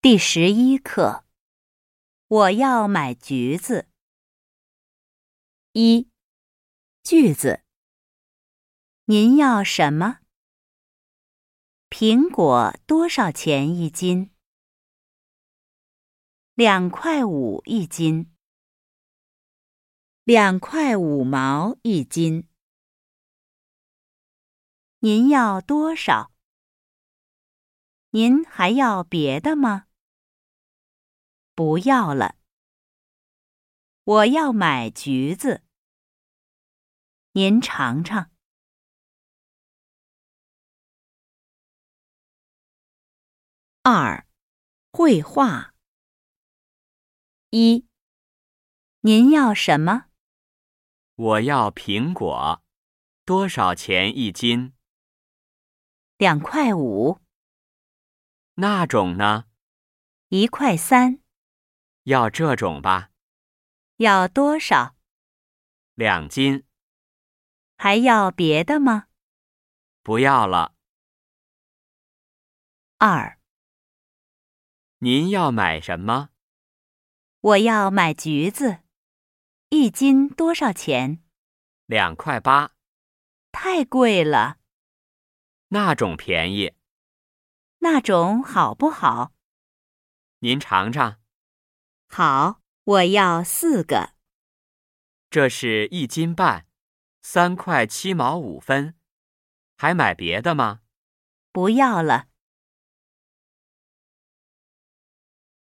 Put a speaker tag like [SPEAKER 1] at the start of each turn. [SPEAKER 1] 第十一课，我要买橘子。一，句子。您要什么？苹果多少钱一斤？两块五一斤。两块五毛一斤。您要多少？您还要别的吗？不要了，我要买橘子，您尝尝。二，绘画。一，您要什么？
[SPEAKER 2] 我要苹果，多少钱一斤？
[SPEAKER 1] 两块五，
[SPEAKER 2] 那种呢？
[SPEAKER 1] 一块三，
[SPEAKER 2] 要这种吧，
[SPEAKER 1] 要多少？
[SPEAKER 2] 两斤，
[SPEAKER 1] 还要别的吗？
[SPEAKER 2] 不要了。
[SPEAKER 1] 二，
[SPEAKER 2] 您要买什么？
[SPEAKER 1] 我要买橘子，一斤多少钱？
[SPEAKER 2] 两块八，
[SPEAKER 1] 太贵了，
[SPEAKER 2] 那种便宜，
[SPEAKER 1] 那种好不好？
[SPEAKER 2] 您尝尝。
[SPEAKER 1] 好，我要四个，
[SPEAKER 2] 这是一斤半，三块七毛五分，还买别的吗？
[SPEAKER 1] 不要了。